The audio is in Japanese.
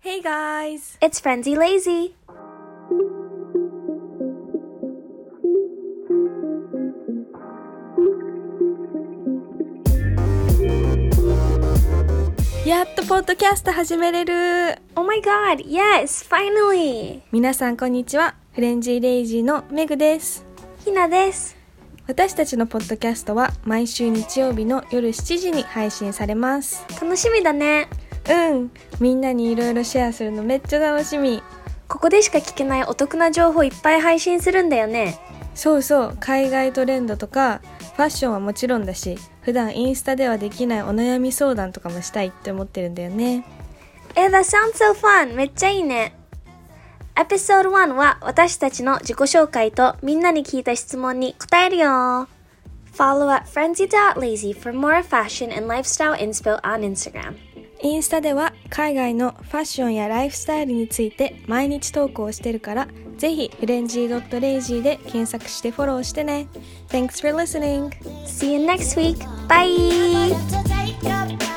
Hey guys! It's Frenzy Lazy! やっとポッドキャスト始めれる Oh my god, yes, finally! 皆さんこんにちは。フレンジーレイジーのメグです。ひなです。私たちのポッドキャストは毎週日曜日の夜7時に配信されます。楽しみだね。うん。みんなにいろいろシェアするのめっちゃ楽しみ。ここでしか聞けないお得な情報いっぱい配信するんだよね。そうそう海外トレンドとかファッションはもちろんだし普段インスタではできないお悩み相談とかもしたいって思ってるんだよねえ、that sounds so fun! めっちゃいいね。エピソード1は私たちの自己紹介とみんなに聞いた質問に答えるよ。Follow at frenzy.lazy for more fashion and lifestyle inspo on Instagram. インスタでは海外のファッションやライフスタイルについて毎日投稿してるからぜひフレンジー .lazy で検索してフォローしてね Thanks for listening! See you next week! Bye! to take a break.